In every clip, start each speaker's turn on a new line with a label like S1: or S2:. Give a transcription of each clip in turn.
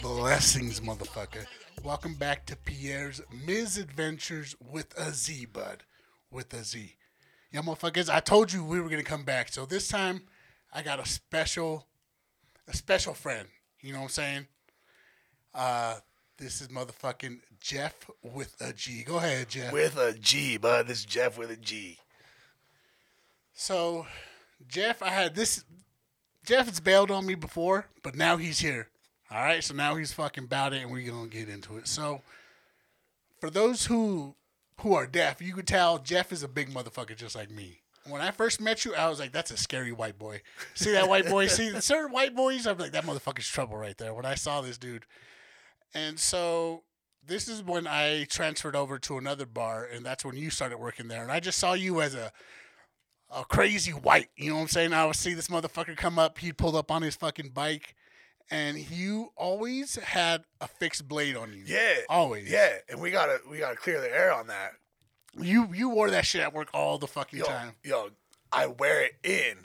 S1: Blessings, motherfucker. Welcome back to Pierre's Misadventures with a Z, bud. With a Z. Yeah, motherfuckers, I told you we were going to come back. So this time, I got a special, a special friend. You know what I'm saying? Uh, this is motherfucking Jeff with a G. Go ahead, Jeff.
S2: With a G, bud. This is Jeff with a G.
S1: So, Jeff, I had this. Jeff has bailed on me before, but now he's here. All right, so now he's fucking about it, and we're gonna get into it. So, for those who who are deaf, you could tell Jeff is a big motherfucker, just like me. When I first met you, I was like, "That's a scary white boy." See that white boy? See certain white boys? I'm like, "That motherfucker's trouble right there." When I saw this dude, and so this is when I transferred over to another bar, and that's when you started working there. And I just saw you as a a crazy white. You know what I'm saying? I would see this motherfucker come up. He'd pull up on his fucking bike, and you always had a fixed blade on you.
S2: Yeah.
S1: always.
S2: Yeah, and we gotta we gotta clear the air on that.
S1: you you wore that shit at work all the fucking
S2: Yo,
S1: time.
S2: yo, I wear it in,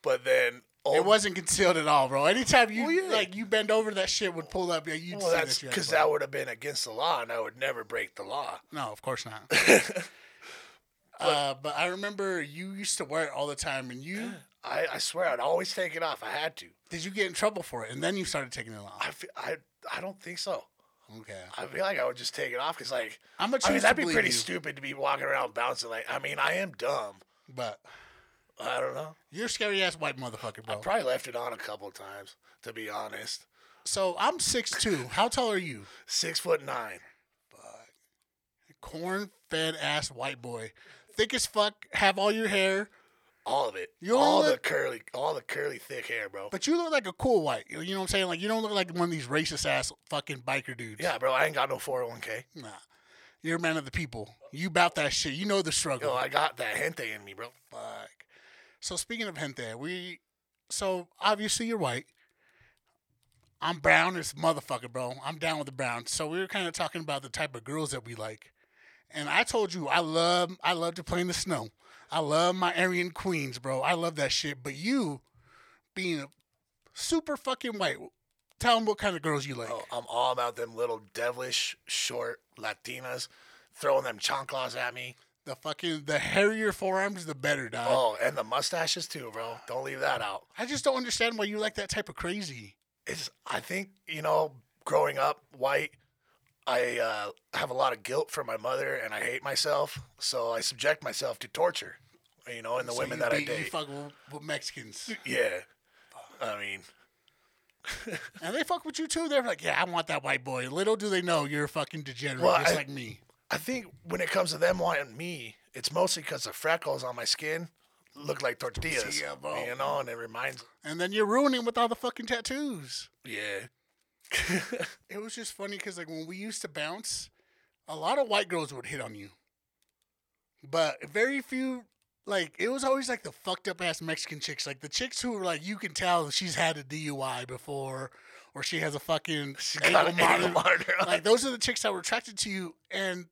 S2: but then oh,
S1: It wasn't concealed at all, bro. Anytime you
S2: Well, yeah.
S1: like you bend over, that shit would pull up. Yeah, you'd
S2: well,
S1: see
S2: that's
S1: that shit.
S2: because that would have been against the law, and I would never break the law.
S1: No, of course not. uh, but I remember you used to wear it all the time, and you
S2: I, I swear, I'd always take it off. I had to.
S1: did you get in trouble for it, and then you started taking it off.
S2: I fe- I, I don't think so.
S1: Okay,
S2: I feel like I would just take it off because like
S1: I'm gonna choose
S2: I mean
S1: to
S2: that'd be
S1: believe
S2: pretty
S1: you,
S2: stupid to be walking around bouncing like I mean I am dumb.
S1: but
S2: I don't know.
S1: you're a scary ass white motherfucker, bro.
S2: Probably left it on a couple times to be honest.
S1: so I'm six two. How tall are you?
S2: Six foot nine.
S1: Corn fed ass white boy, thick as fuck. Have all your hair.
S2: All of it.
S1: You
S2: all
S1: only-
S2: the curly, all the curly thick hair, bro.
S1: But you look like a cool white. You know what I'm saying? Like you don't look like one of these racist ass fucking biker dudes.
S2: yeah, bro. I ain't got no 401k.
S1: Nah. You're a man of the people. You bout that shit. You know the struggle.
S2: Yo, I got that gente in me, bro.
S1: Fuck. So speaking of gente, we so obviously you're white. I'm brown as motherfucker, bro. I'm down with the brown. So we were kind of talking about the type of girls that we like. And I told you I love I love to play in the snow. I love my Aryan queens, bro. I love that shit. But you being a super fucking white, tell them what kind of girls you like.
S2: Oh, I'm all about them little devilish, short Latinas throwing them chanclas at me.
S1: The fucking the hairier forearms, the better, dog.
S2: Oh, and the mustaches too, bro. Don't leave that out.
S1: I just don't understand why you like that type of crazy.
S2: It's I think you know, growing up white, I uh, have a lot of guilt for my mother, and I hate myself, so I subject myself to torture. You know, and the
S1: So
S2: women
S1: you
S2: that I
S1: date- you
S2: date.
S1: fuck with, with Mexicans,
S2: yeah, I mean,
S1: and they fuck with you too. They're like, yeah, I want that white boy. Little do they know you're a fucking degenerate,
S2: Well,
S1: just
S2: I-
S1: like me.
S2: I think when it comes to them wanting me, it's mostly because the freckles on my skin look like tortillas.
S1: Tortilla, bro.
S2: You know, and it reminds.
S1: And then you're ruining it with all the fucking tattoos.
S2: Yeah.
S1: It was just funny because like when we used to bounce, a lot of white girls would hit on you, but very few. Like it was always like the fucked up ass Mexican chicks, like the chicks who were like you can tell she's had a DUI before, or she has a fucking
S2: She
S1: ankle
S2: got an ankle
S1: monitor.
S2: monitor on.
S1: like those are the chicks that were attracted to you and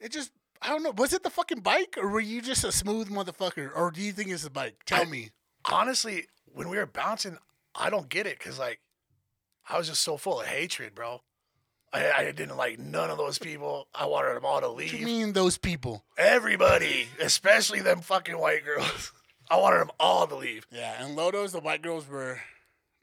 S1: it just I don't know. Was it the fucking bike, or were you just a smooth motherfucker, or do you think it's the bike? Tell
S2: I-
S1: me.
S2: Honestly, when we were bouncing, I don't get it because like, I was just so full of hatred, bro. I, I didn't like none of those people. I wanted them all to
S1: What do you
S2: leave.
S1: mean those people?
S2: Everybody, especially them fucking white girls. I wanted them all to leave.
S1: Yeah, and Lodos, the white girls were,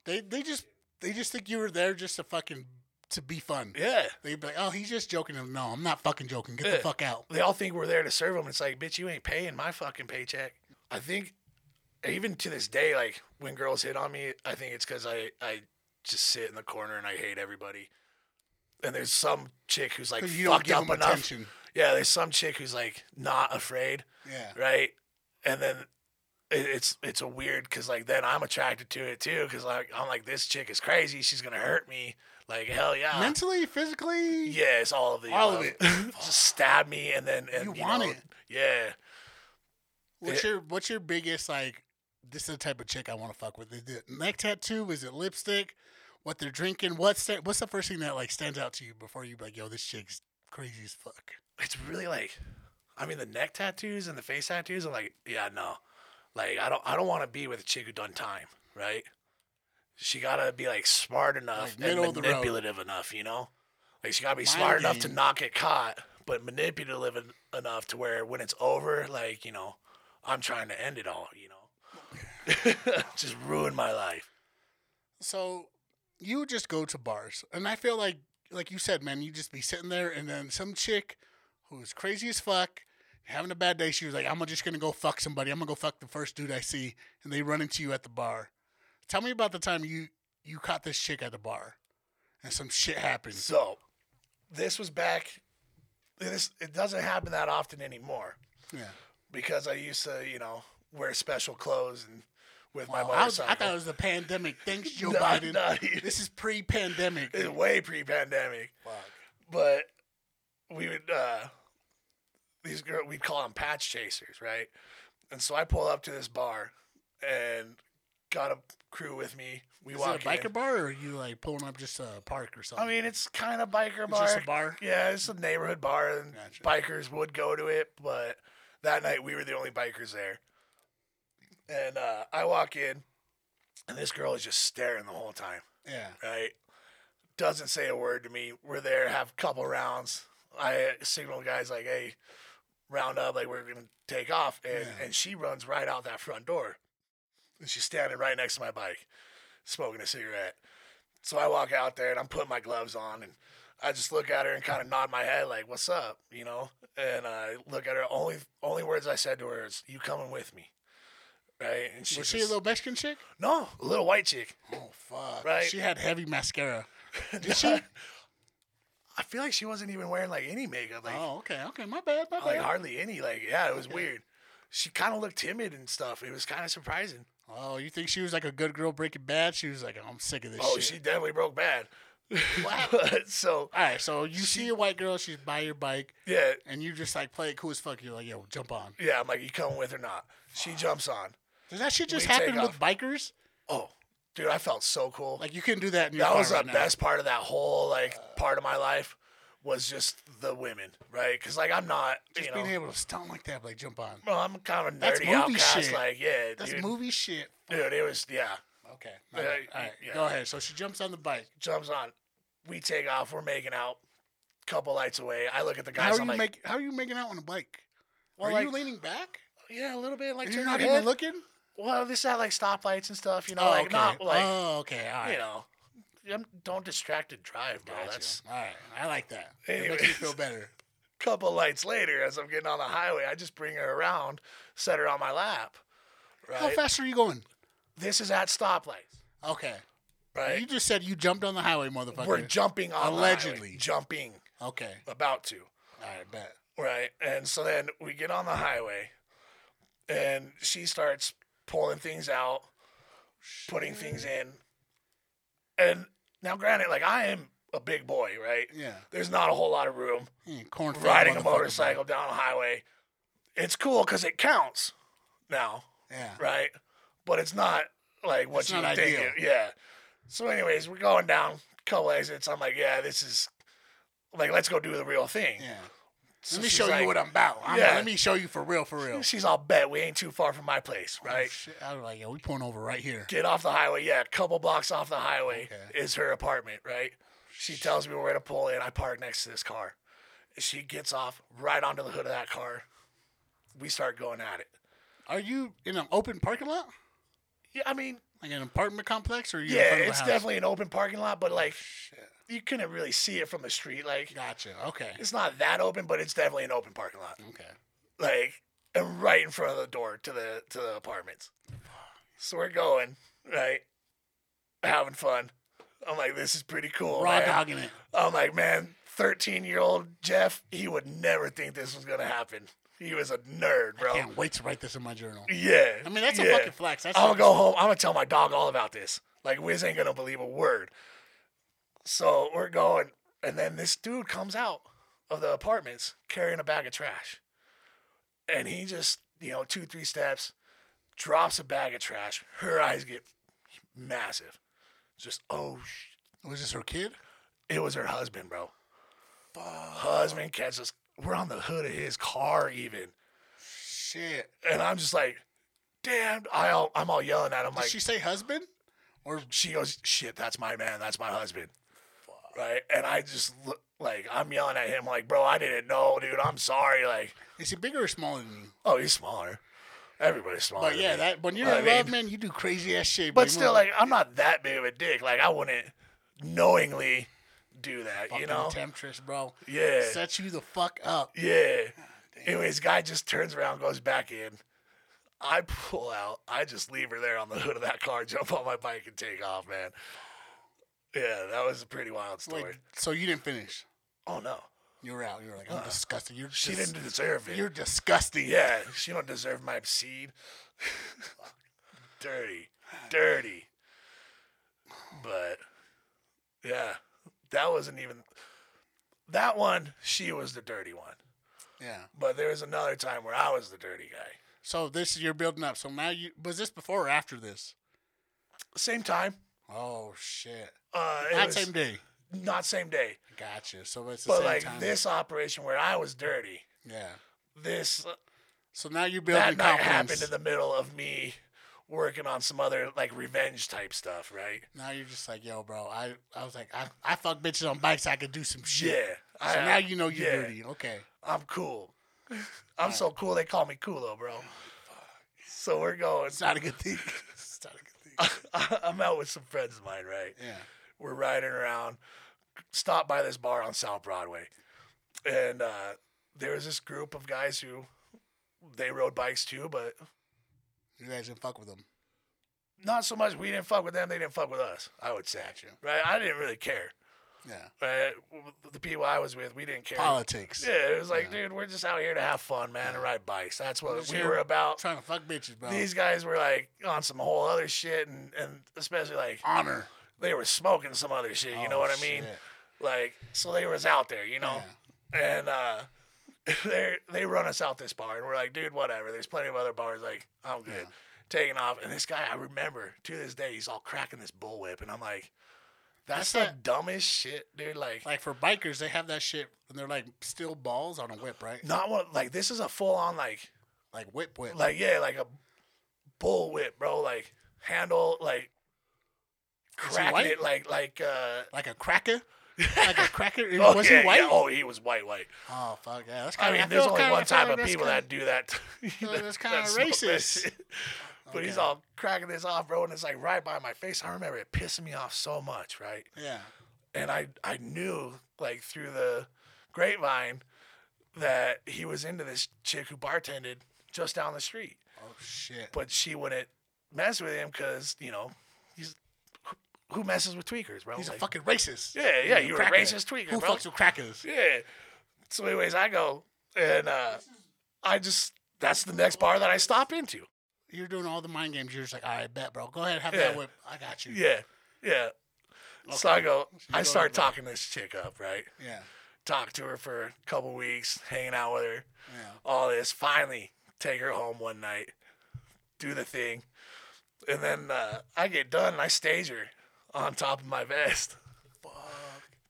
S1: they they just they just think you were there just to fucking to be fun.
S2: Yeah.
S1: They'd be like, oh, he's just joking. And, No, I'm not fucking joking. Get the
S2: Yeah.
S1: fuck out.
S2: they all think we're there to serve them. It's like, bitch, you ain't paying my fucking paycheck. I think even to this day, like when girls hit on me, I think it's because I I just sit in the corner and I hate everybody. And there's some chick who's like
S1: 'Cause you don't
S2: fucked
S1: give
S2: up
S1: them
S2: enough.
S1: attention.
S2: Yeah, there's some chick who's like not afraid,
S1: Yeah.
S2: right? And then it, it's it's a weird because like then I'm attracted to it too because like I'm like this chick is crazy. She's gonna hurt me. Like
S1: Ah.
S2: hell yeah.
S1: Mentally, physically.
S2: Yeah, it's all of the
S1: All of
S2: above. Just stab me and then and,
S1: You
S2: you,
S1: want
S2: know,
S1: it.
S2: Yeah,
S1: What's your What's your biggest like? This is the type of chick I want to fuck with. Is it neck tattoo? Is it lipstick? What they're drinking? What's that, What's the first thing that like stands out to you before you be like, yo, this chick's crazy as fuck.
S2: it's really like, I mean, the neck tattoos and the face tattoos. I'm like, yeah, no, like I don't I don't want to be with a chick who done time, right? she gotta be like smart enough
S1: Like, middle of
S2: and
S1: the road.
S2: manipulative enough, you know? Like she gotta be
S1: Mind
S2: smart enough to
S1: game.
S2: not get caught, but manipulative en- enough to where when it's over, like, you know, I'm trying to end it all, you know. Just ruin my life.
S1: So you would just go to bars, and I feel like, like you said, man, you just be sitting there, and then some chick who is crazy as fuck, having a bad day, she was like, "I'm just gonna go fuck somebody. I'm gonna go fuck the first dude I see," and they run into you at the bar. Tell me about the time you you caught this chick at the bar, and some shit happened.
S2: So this was back this it doesn't happen that often anymore
S1: Yeah,
S2: because I used to, you know, wear special clothes and with my
S1: Oh, I, was- I
S2: motorcycle.
S1: thought it was the pandemic. Thanks, Joe
S2: No,
S1: Biden.
S2: no.
S1: This is pre-pandemic.
S2: It's way pre-pandemic. but we would uh these girl we'd call them patch chasers right and so i pull up to this bar and got a crew with me we
S1: Is
S2: walk
S1: it a biker
S2: in.
S1: bar, or are you like pulling up just a park or something?
S2: i mean it's kind of biker
S1: it's
S2: bar
S1: just a bar.
S2: yeah it's a neighborhood bar and
S1: Gotcha.
S2: bikers would go to it but that night we were the only bikers there and uh i walk in and this girl is just staring the whole time
S1: Yeah.
S2: right? Doesn't say a word to me. We're there, have a couple rounds. I signal guys like, hey, round up, like we're gonna take off. And
S1: Yeah.
S2: and she runs right out that front door. And she's standing right next to my bike, smoking a cigarette. So I walk out there and I'm putting my gloves on and I just look at her and kind of nod my head like, "What's up?" You know. And I look at her. Only only words I said to her is, "You coming with me?" Right? And she
S1: Was she a
S2: just-
S1: little Mexican chick?
S2: no, a little white chick.
S1: Oh fuck!
S2: Right.
S1: She had heavy mascara. Did she?
S2: I feel like she wasn't even wearing like any makeup, like
S1: Oh, okay, okay. My bad, my
S2: like
S1: bad.
S2: hardly any. Like yeah, it was weird. She kind of looked timid and stuff. It was kind of surprising.
S1: Oh, you think she was like a good girl Breaking Bad? She was like, I'm sick of this
S2: Oh,
S1: shit.
S2: she definitely broke bad.
S1: Wow.
S2: so
S1: All right, so you see a white girl, she's by your bike,
S2: yeah,
S1: and you just like play it cool as fuck. You're like, yo, jump on.
S2: yeah. I'm like, you coming with or not? She jumps on.
S1: Does that shit just
S2: We take
S1: happen with
S2: off.
S1: bikers?
S2: Oh, dude, I felt so cool.
S1: Like you couldn't do that in your
S2: that
S1: car
S2: was
S1: right
S2: the
S1: now. Uh.
S2: best part of that whole like part of my life was just the women, right? Because like I'm not,
S1: Just
S2: you know,
S1: being able to stunt like that, like jump on.
S2: well, I'm kind of a
S1: That's
S2: nerdy
S1: movie
S2: outcast.
S1: shit.
S2: Like yeah,
S1: That's
S2: dude,
S1: movie shit.
S2: dude, it was yeah.
S1: Okay. my
S2: Yeah,
S1: bad. All right,
S2: yeah.
S1: go ahead. So she jumps on the bike.
S2: jumps on. We take off. We're making out. Couple lights away. I look at the
S1: How
S2: guys.
S1: are you
S2: I'm like,
S1: make? How are you making out on a bike?
S2: Well,
S1: are you
S2: like-
S1: leaning back?
S2: yeah, a little bit. Like,
S1: And
S2: turn
S1: you're
S2: your
S1: not
S2: head.
S1: even looking.
S2: Well, this is at like stoplights and stuff. You know, like not like
S1: oh, okay. All right.
S2: you know. I'm, don't distract and drive, bro. That's
S1: All right. I like that. It makes me
S2: Anyways.
S1: feel better.
S2: couple lights later. As I'm getting on the highway, I just bring her around, set her on my lap.
S1: How
S2: Right.
S1: fast are you going?
S2: This is at stoplights.
S1: Okay. You
S2: Right.
S1: just said you jumped on the highway, motherfucker.
S2: We're jumping on the highway.
S1: Allegedly.
S2: jumping
S1: okay.
S2: about to.
S1: All right. Bet.
S2: Right. And so then we get on the highway and she starts pulling things out, putting things in. And now, granted, like I am a big boy, right?
S1: Yeah.
S2: There's not a whole lot of room.
S1: yeah corn.
S2: Riding a motorcycle down a highway, it's cool because it counts now,
S1: Yeah.
S2: right? But it's not like what
S1: It's
S2: you
S1: not
S2: think.
S1: ideal.
S2: it- yeah. So, anyways, we're going down couple exits. I'm like, yeah, this is like, let's go do the real thing.
S1: Yeah.
S2: So
S1: Let me
S2: she's
S1: show you
S2: like-
S1: what I'm about. I'm
S2: Yeah.
S1: Let me show you for real, for real.
S2: She's all bet we ain't too far from my place,
S1: Oh,
S2: right?
S1: shit. I was like, yo, we pulling over right here.
S2: Get off the highway. Yeah, a couple blocks off the highway
S1: Okay.
S2: is her apartment, right? She tells me we're going to pull in. I park next to this car. She gets off right onto the hood of that car. We start going at it.
S1: Are you in an open parking lot?
S2: Yeah, I mean,
S1: Like an apartment complex, or are you in
S2: yeah,
S1: front of a
S2: it's
S1: house? Oh,
S2: definitely an open parking lot, but like, you couldn't really see it from the street. Like,
S1: Gotcha. Okay.
S2: it's not that open, but it's definitely an open parking lot.
S1: Okay.
S2: like and right in front of the door to the to the apartments. So we're going, right? Having fun. I'm like, this is pretty cool.
S1: Raw
S2: man.
S1: dogging it.
S2: I'm like, man, 13 year old Jeff, he would never think this was gonna happen. He was a nerd, bro.
S1: Can't wait to write this in my journal.
S2: Yeah.
S1: I mean, that's a
S2: yeah. Oh,
S1: fucking flex. That's
S2: I'm gonna go home. I'm gonna tell my dog all about this. Like Wiz ain't gonna believe a word. So we're going, and then this dude comes out of the apartments carrying a bag of trash, and he just you know two three steps, drops a bag of trash. Her eyes get massive. Just oh, sh-.
S1: Was this her kid?
S2: it was her husband, bro. Husband catches us. We're on the hood of his car, even,
S1: Shit.
S2: and I'm just like, damn. I all, I'm all yelling at him
S1: Did
S2: like,
S1: she say husband?
S2: Or she goes, shit, that's my man, that's my husband. Right? And I just look like, I'm yelling at him, like, bro, I didn't know, dude, I'm sorry. Like,
S1: Is he bigger or smaller than you?
S2: oh, he's smaller. Everybody's smaller.
S1: But
S2: than
S1: yeah,
S2: me.
S1: that when you're
S2: Oh, I
S1: in love,
S2: mean-
S1: man, you do crazy ass shit.
S2: But
S1: you
S2: still,
S1: wanna-
S2: like, I'm not that big of a dick. Like, I wouldn't knowingly do that, you
S1: fucking
S2: know?
S1: temptress, bro,
S2: Yeah.
S1: sets you the fuck up.
S2: Yeah.
S1: Ah,
S2: Anyways, guy just turns around, goes back in. I pull out. I just leave her there on the hood of that car, jump on my bike, and take off, man. Yeah, that was a pretty wild story.
S1: Like, so you didn't finish.
S2: oh no,
S1: You were out. You were like, I'm disgusted. You're
S2: Uh, she
S1: dis-
S2: didn't deserve it.
S1: You're disgusting.
S2: yeah, she don't deserve my seed. dirty, dirty. But yeah, that wasn't even that one. She was the dirty one.
S1: Yeah.
S2: But there was another time where I was the dirty guy.
S1: So this you're building up. So now you was this before or after this?
S2: Same time.
S1: Oh shit.
S2: Uh, it
S1: Not
S2: was
S1: same day.
S2: Not same day.
S1: Gotcha. So it's the
S2: But
S1: same
S2: like
S1: time.
S2: this operation where I was dirty,
S1: Yeah.
S2: this
S1: So now you're
S2: that
S1: building
S2: night
S1: confidence.
S2: happened in the middle of me working on some other like revenge type stuff, right?
S1: now you're just like, yo, bro. I, I was like, I, I fuck bitches on bikes. I could do some shit.
S2: Yeah. I,
S1: So now you know you're
S2: yeah,
S1: dirty. Okay.
S2: I'm cool. I'm so cool they call me Coolo, bro. So we're going.
S1: It's not a good thing. it's not a good thing.
S2: I'm out with some friends of mine, right?
S1: Yeah.
S2: we're riding around, stopped by this bar on South Broadway, and uh, there was this group of guys who they rode bikes too, but
S1: You guys didn't fuck with them.
S2: not so much. We didn't fuck with them; they didn't fuck with us. I would say,
S1: Gotcha.
S2: right? I didn't really care.
S1: Yeah.
S2: Right? W- The people I was with, we didn't care.
S1: Politics.
S2: Yeah, it was like, dude, we're just out here to have fun, man, and ride bikes. That's what
S1: Just
S2: we
S1: here
S2: were about.
S1: Trying to fuck bitches, bro.
S2: These guys were like on some whole other shit, and, and especially like
S1: honor. Oh,
S2: they were smoking some other Oh, shit. You know what I mean? Like, so they was out there, you know? And uh they they run us out this bar and we're like, dude, whatever. There's plenty of other bars, like, I'm good.
S1: Yeah.
S2: Taking off. And this guy I remember to this day, he's all cracking this bullwhip. And I'm like,
S1: That's
S2: that's, the
S1: that-
S2: dumbest shit, dude. Like,
S1: Like for bikers, they have that shit and they're like steel balls on a whip, right?
S2: not one like this is a full on like
S1: Like whip whip.
S2: like yeah, like a bullwhip, bro. Like handle like
S1: he
S2: cracking
S1: white?
S2: it like like uh
S1: Like a cracker? like a cracker?
S2: oh,
S1: Was
S2: yeah,
S1: he white?
S2: yeah. Oh, he was white, white.
S1: Oh fuck yeah! That's
S2: I
S1: kind
S2: mean,
S1: of.
S2: there's only one type of people that do that.
S1: feel like that's
S2: that
S1: kinda
S2: smoke that
S1: racist.
S2: shit. but he's
S1: Okay.
S2: all cracking this off, bro, and it's like right by my face. I remember it pissing me off so much, right?
S1: Yeah.
S2: And I I knew like through the grapevine that he was into this chick who bartended just down the street,
S1: Oh shit.
S2: but she wouldn't mess with him because you know he's who- who messes with tweakers, bro?
S1: He's a
S2: Like,
S1: fucking racist.
S2: yeah, yeah, you're a
S1: cracker.
S2: racist tweaker,
S1: Who
S2: bro.
S1: fucks with crackers?
S2: Yeah. So, anyways, I go and uh, I just that's the next bar that I stop into.
S1: You're doing all the mind games. You're just like, all right, bet, bro. Go ahead, have
S2: Yeah.
S1: that whip. I got you.
S2: Yeah, yeah. So I go,
S1: you
S2: I
S1: go
S2: start
S1: to the bar.
S2: talking this chick up, right?
S1: Yeah.
S2: Talk to her for a couple weeks, hanging out with her,
S1: Yeah.
S2: all this. Finally, take her home one night, do the thing, and then uh, I get done. and I stage her on top of my vest.
S1: Fuck.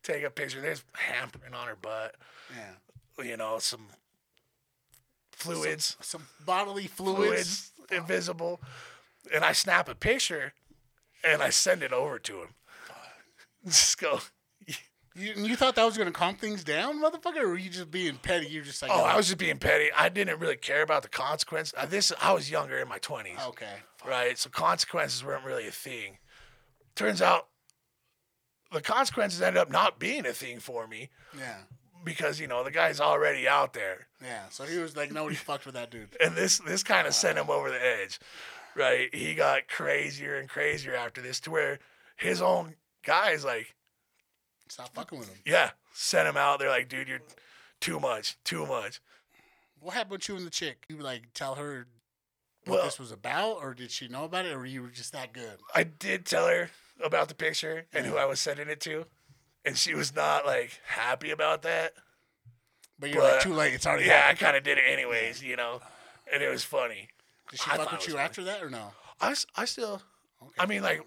S2: Take a picture. There's hampering on her butt.
S1: Yeah.
S2: You know, some fluids.
S1: Some bodily fluids.
S2: fluids, invisible. And I snap a picture and I send it over to him. Just go,
S1: You, and you thought that was gonna calm things down, motherfucker? Or were you just being petty? You're just like,
S2: oh,
S1: yo,
S2: I was just being petty. I didn't really care about the consequence. Uh, This I was younger in my 20s,
S1: okay.
S2: right? So consequences weren't really a thing. Turns out the consequences ended up not being a thing for me
S1: Yeah.
S2: because, you know, the guy's already out there.
S1: Yeah. So he was like, nobody fucked with that dude.
S2: and this this kind of sent him over the edge, right? He got crazier and crazier after this, to where his own guys like,
S1: Stop fucking with him.
S2: yeah, sent him out. They're like, dude, you're too much, too much.
S1: What happened with you and the chick? You like tell her what
S2: Well,
S1: this was about, or did she know about it, or were you just that good?
S2: I did tell her about the picture and who I was sending it to, and she was not like happy about that.
S1: But you're like
S2: But-
S1: too late. It's already
S2: Oh, Yeah, I
S1: happened.
S2: kind of did it anyways, you know, and it was funny.
S1: Did she
S2: I
S1: fuck
S2: thought
S1: with
S2: it
S1: you
S2: was funny.
S1: after that or no?
S2: I, s- I still,
S1: Okay.
S2: I mean, like,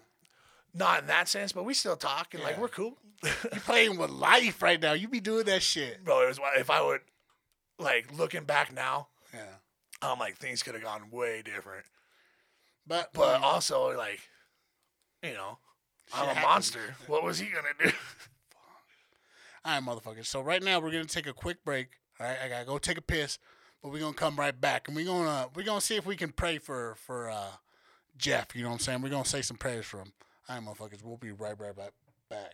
S2: not in that sense, but we still talk and like
S1: Yeah.
S2: we're cool.
S1: You're playing with life right now. You be doing that shit.
S2: bro, it was if I would like looking back now,
S1: Yeah.
S2: I'm like things could have gone way different.
S1: But, mm,
S2: But also like you know, I'm
S1: Shit
S2: a
S1: happens.
S2: monster. What was he gonna do?
S1: All right, motherfuckers. So right now we're gonna take a quick break. All right, I gotta go take a piss, but we're gonna come right back, and we're gonna we're gonna see if we can pray for for uh, Jeff. You know what I'm saying? We're gonna say some prayers for him. All right, motherfuckers. We'll be right right back. Back.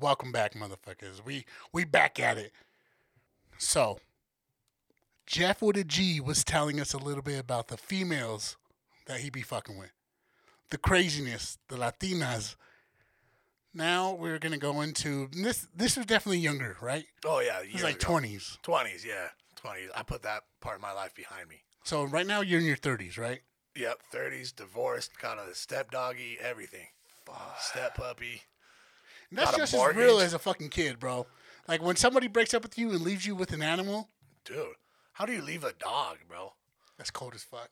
S1: Welcome back, motherfuckers. We we back at it. So, Jeff with a G was telling us a little bit about the females that he be fucking with, the craziness, the Latinas. Now we're gonna go into and this. This was definitely younger, right?
S2: Oh yeah,
S1: This
S2: years
S1: is like
S2: ago.
S1: twenties.
S2: 20s, yeah, 20s. I put that part of my life behind me.
S1: So right now you're in your thirties, right?
S2: Yep, 30s, divorced, got a step doggy, everything. Step puppy.
S1: And that's
S2: Got a
S1: just as real
S2: mortgage.
S1: as a fucking kid, bro. Like when somebody breaks up with you and leaves you with an animal,
S2: Dude, how do you leave a dog, bro?
S1: that's cold as fuck.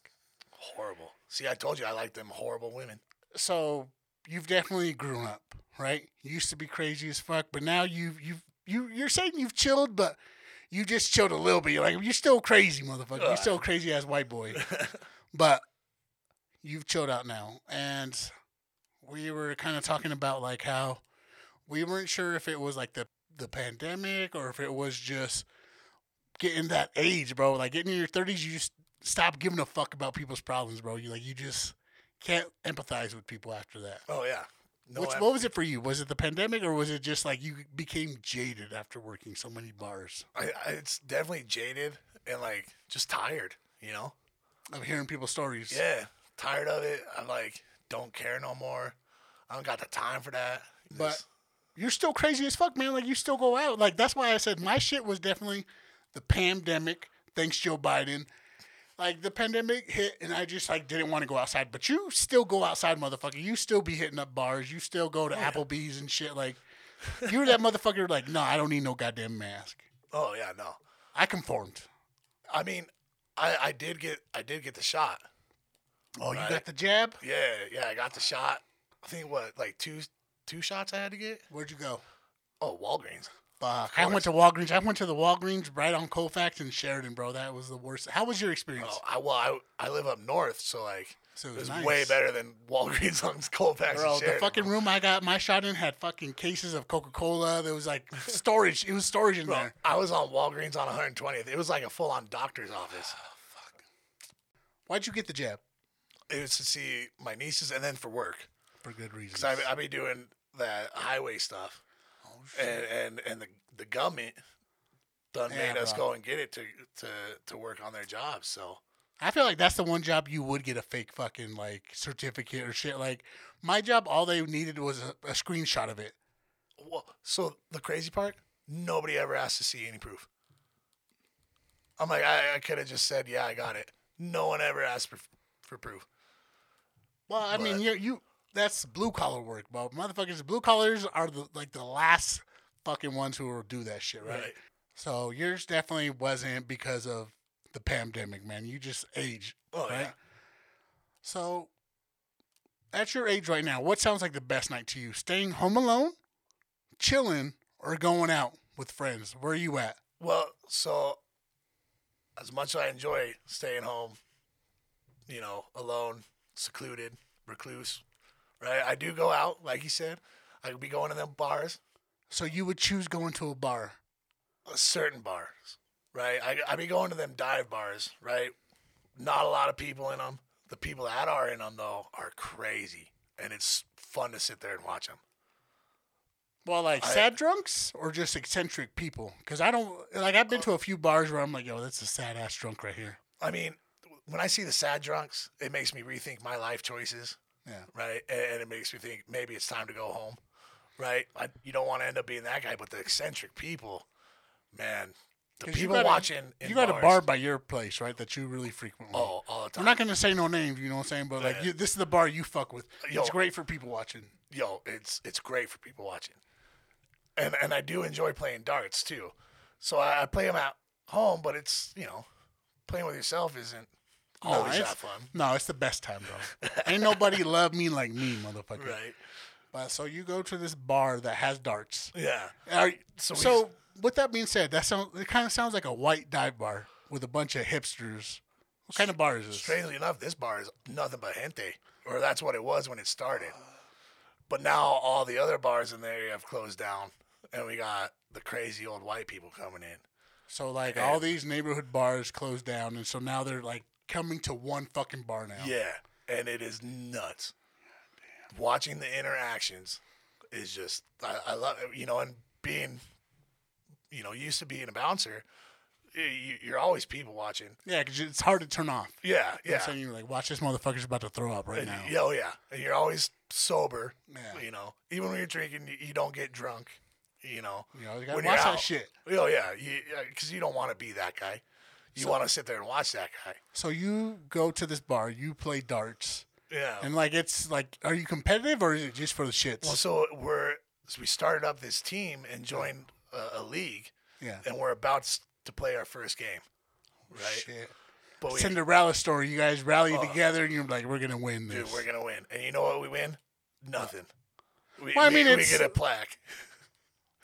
S2: Horrible. See, I told you I like them horrible women.
S1: So you've definitely grown up, right? You used to be crazy as fuck, but now you've you've you you're saying you've chilled, but you just chilled a little bit. You're like you're still crazy, motherfucker. You're still a crazy ass white boy. but you've chilled out now. And we were kind of talking about like how we weren't sure if it was like the the pandemic or if it was just getting that age, bro. Like getting in your thirties, you just stop giving a fuck about people's problems, bro. You like you just can't empathize with people after that.
S2: Oh, yeah. No
S1: Which,
S2: em-
S1: what was it for you? Was it the pandemic or was it just like you became jaded after working so many bars
S2: I, I, it's definitely jaded and like just tired, you know?
S1: of hearing people's stories?
S2: Yeah, tired of it. I like don't care no more. I don't got the time for that.
S1: But
S2: Just-
S1: you're still crazy as fuck, man. Like you still go out. Like that's why I said my shit was definitely the pandemic. Thanks, Joe Biden. Like the pandemic hit, and I just like didn't want to go outside. But you still go outside, motherfucker. You still be hitting up bars. You still go
S2: Oh,
S1: to Applebee's and shit. Like you're that motherfucker. Like no, I don't need no goddamn mask.
S2: oh yeah, no.
S1: I conformed.
S2: I mean, I, I did get I did get the shot.
S1: Oh, you
S2: Right.
S1: got the jab?
S2: Yeah, yeah, I got the shot. I think what like two two shots I had to get.
S1: Where'd you go?
S2: Oh, Walgreens.
S1: Fuck. I went to Walgreens. I went to the Walgreens right on Colfax and Sheridan, bro. That was the worst. How was your experience?
S2: Oh, I well I, I live up north, so like
S1: So it
S2: it
S1: was
S2: was
S1: nice.
S2: way better than Walgreens on Colfax. and
S1: Bro, the
S2: Sheridan.
S1: fucking room I got my shot in had fucking cases of Coca Cola. There was like storage. It was storage in
S2: Bro,
S1: there.
S2: I was on Walgreens on 120th. It was like a full on doctor's office.
S1: Why'd you get the jab?
S2: It was to see my nieces and then for work.
S1: For good reasons.
S2: Cause I, I be doing that highway stuff,
S1: Oh,
S2: and and and the the government done
S1: Yeah,
S2: made us
S1: bro.
S2: go and get it to to to work on their jobs. So
S1: I feel like that's the one job you would get a fake fucking like certificate or shit. Like my job, all they needed was a, a screenshot of it.
S2: well, so the crazy part, nobody ever asked to see any proof. I'm like, I, I could have just said, yeah, I got it. No one ever asked for for proof.
S1: Well, I mean,
S2: But-
S1: you you that's blue collar work, bro. Motherfuckers, blue collars are the like the last fucking ones who will do that shit, right? So yours definitely wasn't because of the pandemic, man. You just age.
S2: Oh
S1: right?
S2: yeah.
S1: So, at your age right now, what sounds like the best night to you? Staying home alone, chilling, or going out with friends? Where are you at?
S2: Well, so as much as I enjoy staying home, you know, alone, secluded, recluse, right? I do go out, like you said. I could be going to them bars,
S1: So you would choose going to a bar.
S2: uh, certain bars, right? I, I be going to them dive bars, right? Not a lot of people in them. The people that are in them, though, are crazy. And it's fun to sit there and watch them.
S1: Well, like
S2: I-
S1: sad drunks or just eccentric people? Because I don't like I've been to a few bars where I'm like, yo, that's a sad ass drunk right here.
S2: I mean, when I see the sad drunks, it makes me rethink my life choices.
S1: Yeah.
S2: Right. And, and it makes me think maybe it's time to go home. Right. I, you don't want to end up being that guy, but the eccentric people, man, the
S1: 'Cause you
S2: people
S1: got a-
S2: watching. in
S1: You got a
S2: bars-
S1: bar by your place, right? That you really frequent. with.
S2: Oh, all the
S1: I'm
S2: time.
S1: not gonna say no names, you know what I'm saying? But like,
S2: Yeah.
S1: you, this is the bar you fuck with.
S2: Yo.
S1: It's great for people watching.
S2: Yo, it's it's great for people watching, and and I do enjoy playing darts too. So I, I play them at home, but it's you know, playing with yourself isn't
S1: Oh,
S2: Always
S1: it's-
S2: have fun.
S1: No, it's the best time, bro. Ain't nobody love me like me, motherfucker.
S2: Right.
S1: But so you go to this bar that has darts.
S2: Yeah.
S1: Are, so,
S2: So
S1: with that being said, that sound it kind of sounds like a white dive bar with a bunch of hipsters. What kind of bar is this?
S2: Strangely enough, this bar is nothing but gente, or that's what it was when it started. But now all the other bars in the area have closed down, and we got the crazy old white people coming in.
S1: So like all these neighborhood bars closed down, and so now they're like coming to one fucking bar now.
S2: Yeah, and it is nuts. Watching the interactions is just I, I love you know, and being you know used to being a bouncer, y- you, you're always people watching.
S1: Yeah, 'cause it's hard to turn off.
S2: Yeah, yeah,
S1: So you're like, watch this motherfucker's about to throw up right
S2: And-
S1: now.
S2: yeah, oh yeah, and you're always sober.
S1: Yeah.
S2: You know, even when you're drinking, you, you don't get drunk. You know,
S1: You know, you gotta
S2: when you're
S1: watch that
S2: out.
S1: shit.
S2: oh yeah, because you, don't want to be that guy. You want to sit there and watch that guy.
S1: So you go to this bar, you play darts,
S2: Yeah,
S1: and like it's like, are you competitive or is it just for the shits?
S2: Well, so we're so we started up this team and joined a, a league,
S1: yeah.
S2: and we're about s- to play our first game, right? Oh,
S1: Shit.
S2: But we,
S1: Cinderella story. You guys rally together, and you're like, we're gonna win this.
S2: dude, we're gonna win. And you know what? We win nothing. We,
S1: Well, I
S2: we-
S1: mean,
S2: we,
S1: it's-
S2: get a plaque.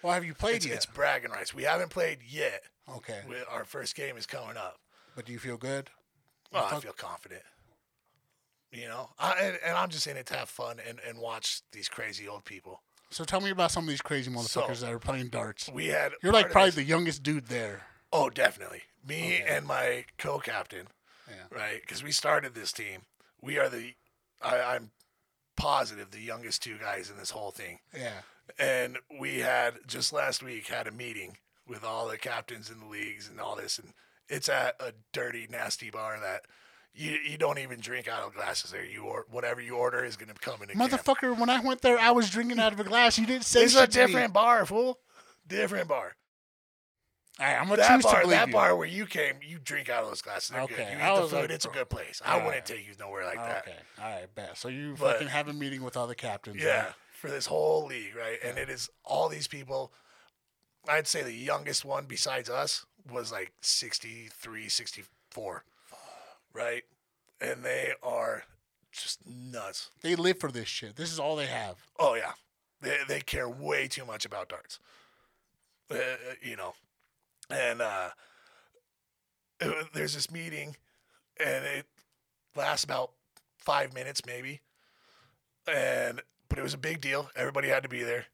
S1: well, have you played
S2: It's,
S1: yet?
S2: it's bragging rights. We haven't played yet.
S1: okay,
S2: We, our first game is coming up.
S1: but do you feel good?
S2: Well, I
S1: fuck-
S2: feel confident. You know, I, and, and I'm just in it to have fun and, and watch these crazy old people.
S1: So tell me about some of these crazy motherfuckers that are playing darts.
S2: We had
S1: You're
S2: part
S1: like
S2: of
S1: probably
S2: this-
S1: the youngest dude there.
S2: Oh, definitely. Me and my co-captain,
S1: Yeah.
S2: right? Because we started this team. We are the, I, I'm positive, the youngest two guys in this whole thing.
S1: Yeah.
S2: And we had just last week had a meeting with all the captains in the leagues and all this, and it's at a dirty, nasty bar that you you don't even drink out of glasses there. You or whatever you order is gonna come in. a can.
S1: Motherfucker, when I went there, I was drinking out of a glass. You didn't say
S2: This is a
S1: shit to me.
S2: different bar, fool. Different bar.
S1: All right, I'm gonna
S2: that
S1: choose to
S2: bar,
S1: believe
S2: that
S1: you.
S2: bar where you came, you drink out of those glasses. They're good.
S1: Okay,
S2: You
S1: I
S2: eat the
S1: was
S2: food.
S1: like,
S2: it's a
S1: bro,
S2: good place. I
S1: alright.
S2: wouldn't take you nowhere like that.
S1: Oh, okay. All right, bet. So you
S2: But-
S1: fucking have a meeting with all the captains.
S2: Yeah,
S1: right?
S2: for this whole league, right? And it is all these people. I'd say the youngest one besides us was like 63, 64, right? And they are just nuts.
S1: They live for this shit. This is all they have.
S2: Oh yeah, they they care way too much about darts. Uh, you know, and uh, it- there's this meeting, and it lasts about five minutes maybe, and but it was a big deal. Everybody had to be there,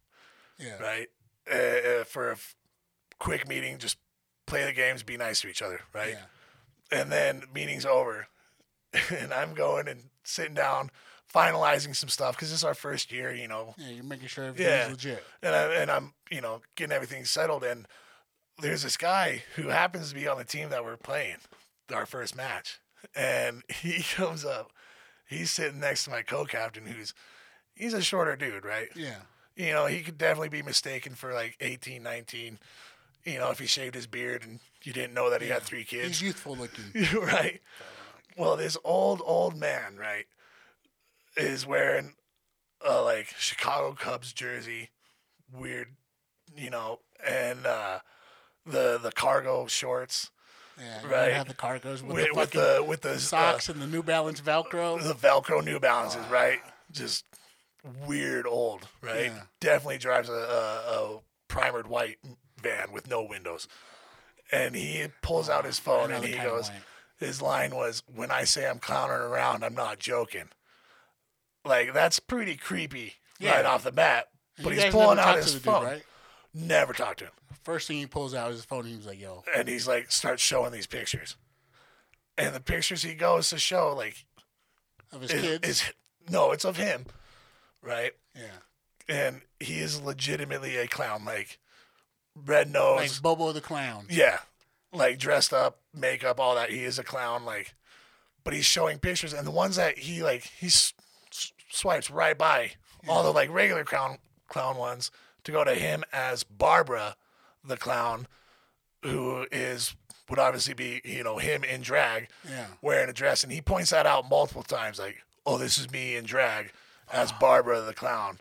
S1: Yeah.
S2: right? Uh, uh, for a f- quick meeting, just play the games, be nice to each other, right?
S1: Yeah.
S2: and then meeting's over and i'm going and sitting down finalizing some stuff because this is our first year you know
S1: Yeah, you're making sure everything's
S2: Yeah.
S1: legit.
S2: and, I, and i'm you know getting everything settled and there's this guy who happens to be on the team that we're playing our first match and he comes up he's sitting next to my co-captain who's he's a shorter dude right
S1: Yeah.
S2: you know, he could definitely be mistaken for like 18, 19, you know, if he shaved his beard and you didn't know that he had three kids.
S1: He's youthful looking.
S2: right? Well, this old old man, right, is wearing a like Chicago Cubs jersey, weird, you know, and uh, the the cargo shorts
S1: Yeah. You
S2: Right.
S1: Have the cargos with, the
S2: with, with
S1: fucking
S2: the uh, with the
S1: socks and the New Balance
S2: uh,
S1: Velcro.
S2: the Velcro New Balances, right? Just weird old, right?
S1: Yeah.
S2: Definitely drives a, a, a primered white van with no windows, and he pulls out his phone and
S1: Another
S2: Oh, he
S1: kind of
S2: goes
S1: wine.
S2: his line was, "When I say I'm clowning around, I'm not joking." Like that's pretty creepy
S1: Yeah.
S2: right off the bat.
S1: And
S2: But
S1: you
S2: he's
S1: guys
S2: pulling
S1: never
S2: out
S1: talked to
S2: his
S1: the dude,
S2: phone.
S1: right?
S2: Never talked to him,
S1: First thing he pulls out is his phone. And he was like, "Yo,
S2: and he's like starts showing these pictures, and the pictures he goes to show like
S1: of his
S2: is,
S1: kids."
S2: is no, it's of him, right?
S1: yeah.
S2: And he is legitimately a clown, like red nose,
S1: Like Bobo the clown.
S2: Yeah. Like dressed up, makeup, all that. He is a clown, like, but he's showing pictures, and the ones that he like, he s- s- swipes right by all the like regular clown clown ones to go to him as Barbara, the clown, who is would obviously be you know him in drag,
S1: Yeah.
S2: wearing a dress, and he points that out multiple times, like, oh, this is me in drag as Barbara the clown.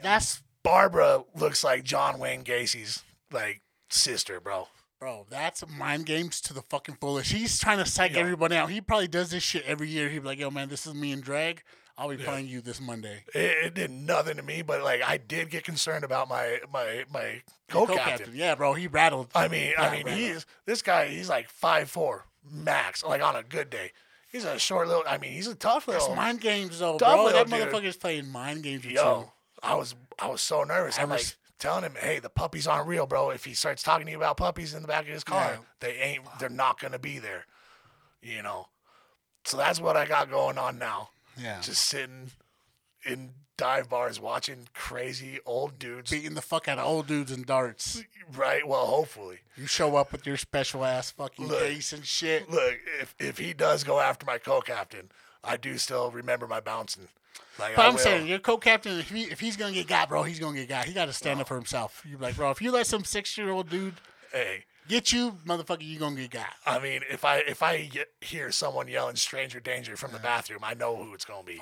S1: That's
S2: Barbara looks like John Wayne Gacy's like sister, bro.
S1: Bro, that's mind games to the fucking fullest. He's trying to psych
S2: Yeah.
S1: everyone out. He probably does this shit every year. He'd be like, yo, man, this is me and drag. I'll be
S2: Yeah.
S1: playing you this Monday.
S2: It, it did nothing to me, but like I did get concerned about my my my co-captain.
S1: Yeah, bro, he rattled.
S2: Oh, I mean,
S1: Yeah,
S2: I mean,
S1: right.
S2: he's this guy. He's like five four max, like on a good day. He's a short little. I mean, he's a tough
S1: It's
S2: little.
S1: mind games, though,
S2: Dumb
S1: bro.
S2: little
S1: That
S2: dude.
S1: motherfucker's playing mind games with you.
S2: Yo, I was I was so nervous.
S1: I
S2: I'm
S1: res-
S2: like telling him, hey, the puppies aren't real, bro. If he starts talking to you about puppies in the back of his car,
S1: Yeah.
S2: they ain't. They're not gonna be there. You know. So that's what I got going on now.
S1: Yeah.
S2: Just sitting in dive bars watching crazy old dudes.
S1: Beating the fuck out of old dudes and darts.
S2: Right. Well, hopefully.
S1: You show up with your special ass fucking
S2: Look.
S1: case and shit.
S2: Look, if if he does go after my co-captain, I do still remember my bouncing. Like,
S1: But
S2: I
S1: I'm
S2: will.
S1: saying your co-captain, if, he, if he's gonna get got, bro, he's gonna get got. He got to stand up for himself. You're like, bro, if you let some six-year-old dude
S2: hey,
S1: get you, motherfucker, you gonna get got.
S2: I mean, if I if I ye- hear someone yelling "stranger danger" from the bathroom, I know who it's gonna be.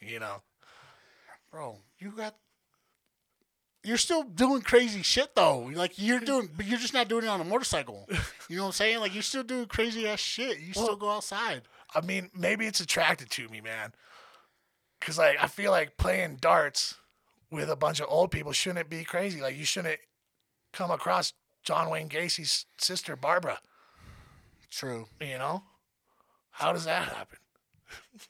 S2: You know,
S1: bro, you got. You're still doing crazy shit though. Like you're doing, but you're just not doing it on a motorcycle. You know what I'm saying? Like you're still doing crazy ass shit. You still
S2: Well-
S1: go outside.
S2: I mean, maybe it's attracted to me, man. Cause like I feel like playing darts with a bunch of old people shouldn't be crazy. Like you shouldn't come across John Wayne Gacy's sister Barbara.
S1: True.
S2: You know, how does that happen?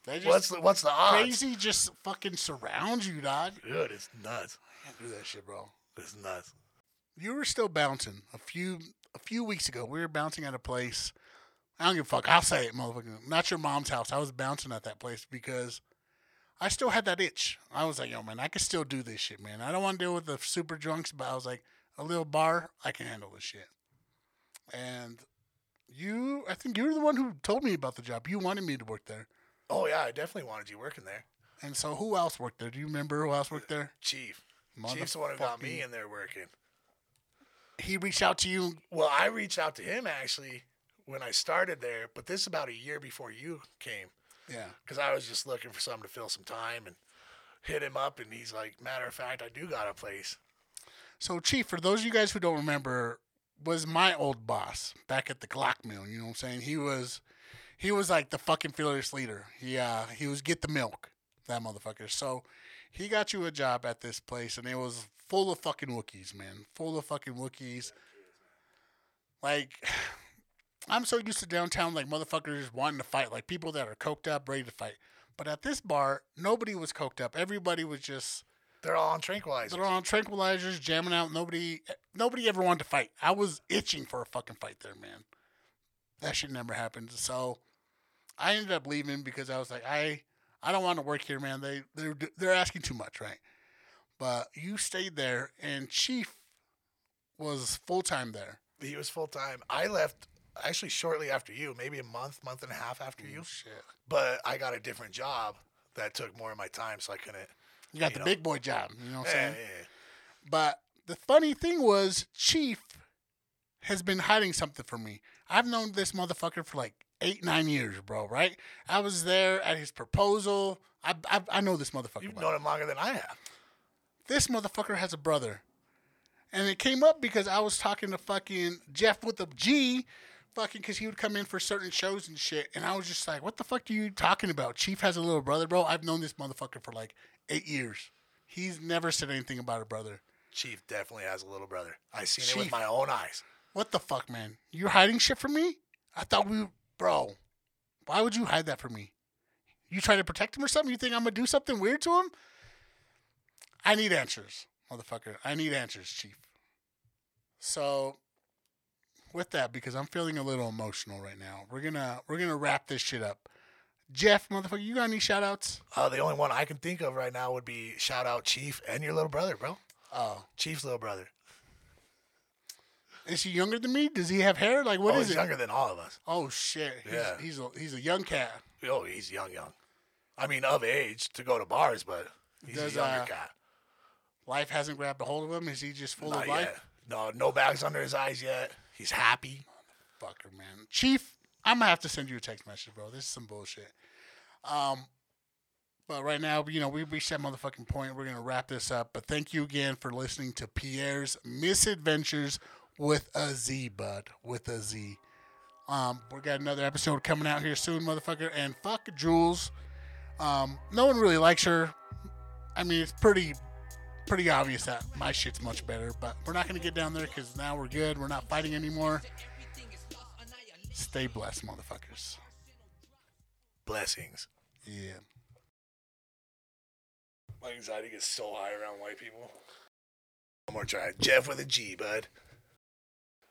S1: They just
S2: What's the what's the odds?
S1: crazy. Just fucking surrounds you, dog.
S2: Dude, it's nuts.
S1: Can't do that shit, bro.
S2: It's nuts.
S1: You were still bouncing a few a few weeks ago. We were bouncing at a place. I don't give a fuck. I'll say it, motherfucker. Not your mom's house. I was bouncing at that place because I still had that itch. I was like, yo, man, I can still do this shit, man. I don't want to deal with the super drunks, but I was like, a little bar, I can handle this shit. And you, I think you were the one who told me about the job. You wanted me to work there.
S2: Oh yeah, I definitely wanted you working there,
S1: And so who else worked there? Do you remember who else worked there?
S2: Chief. Chief's the one who got me in there working.
S1: He reached out to you.
S2: Well, I reached out to him actually when I started there, but this about a year before you came
S1: Yeah.
S2: because I was just looking for something to fill some time and hit him up, and he's like, "Matter of fact, I do got a place."
S1: So, Chief, for those of you guys who don't remember, was my old boss back at the clock mill. You know what I'm saying? He was, he was like the fucking fearless leader. He uh, he was get the milk, that motherfucker. So, he got you a job at this place, and it was full of fucking Wookiees, man, full of fucking Wookiees. Like, I'm so used to downtown, like motherfuckers wanting to fight, like people that are coked up, ready to fight. But at this bar, nobody was coked up. Everybody was just
S2: They're all on tranquilizers.
S1: they're on tranquilizers, jamming out. Nobody, nobody ever wanted to fight. I was itching for a fucking fight there, man. That shit never happened. So I ended up leaving because I was like, I, I don't want to work here, man. They, they're, they're asking too much, right? But you stayed there, and Chief was full time there.
S2: he was full time. I left actually shortly after you, maybe a month, month and a half after you,
S1: shit.
S2: but I got a different job that took more of my time, so I couldn't.
S1: You got
S2: You
S1: the
S2: know.
S1: big boy job. You know what I'm
S2: Yeah,
S1: saying?
S2: yeah, yeah.
S1: But the funny thing was, Chief has been hiding something from me. I've known this motherfucker for like eight, nine years, bro. Right? I was there at his proposal. I I, I know this motherfucker.
S2: You've
S1: well.
S2: known him longer than I have.
S1: This motherfucker has a brother, and it came up because I was talking to fucking Jeff with a G. Fucking, cause he would come in for certain shows and shit, and I was just like, "What the fuck are you talking about?" Chief has a little brother, bro. I've known this motherfucker for like eight years. He's never said anything about a brother.
S2: Chief definitely has a little brother. I seen it
S1: Chief.
S2: with my own eyes.
S1: What the fuck, man? You're hiding shit from me? I thought we, bro. Why would you hide that from me? You trying to protect him or something? You think I'm gonna do something weird to him? I need answers, motherfucker. I need answers, chief. So, with that, because I'm feeling a little emotional right now, we're gonna we're gonna wrap this shit up. Jeff, motherfucker, you got any shout outs?
S2: Uh, the only one I can think of right now would be shout out Chief and your little brother, bro.
S1: Oh,
S2: Chief's little brother.
S1: is he younger than me? Does he have hair? Like, what
S2: oh,
S1: is
S2: he's
S1: it?
S2: younger than all of us.
S1: Oh shit, he's,
S2: Yeah.
S1: he's a he's a young cat.
S2: Oh, he's young, young. I mean, of age to go to bars, but he's
S1: Does,
S2: a younger
S1: uh,
S2: cat.
S1: Life hasn't grabbed a hold of him. Is he just full
S2: Not
S1: of life?
S2: yet. No, no bags under his eyes yet. He's happy.
S1: fucker, man. Chief, I'm gonna have to send you a text message, bro. This is some bullshit. Um, but right now, you know, we reached that motherfucking point. We're gonna wrap this up. But thank you again for listening to Pierre's Misadventures with a Z, bud, with a Z. Um, we got another episode coming out here soon, motherfucker. And fuck Jules. Um, no one really likes her. I mean, it's pretty, pretty obvious that my shit's much better. But we're not gonna get down there because now we're good. We're not fighting anymore. Stay blessed, motherfuckers.
S2: Blessings.
S1: Yeah.
S2: My anxiety gets so high around white people. One more try. Jeff with a G, bud.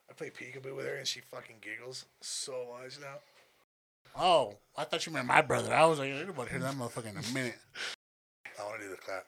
S2: I play peekaboo with her and she fucking giggles so much now.
S1: Oh, I thought you meant my brother. I was like, anybody hear that motherfucker in a minute.
S2: I want to do the clap.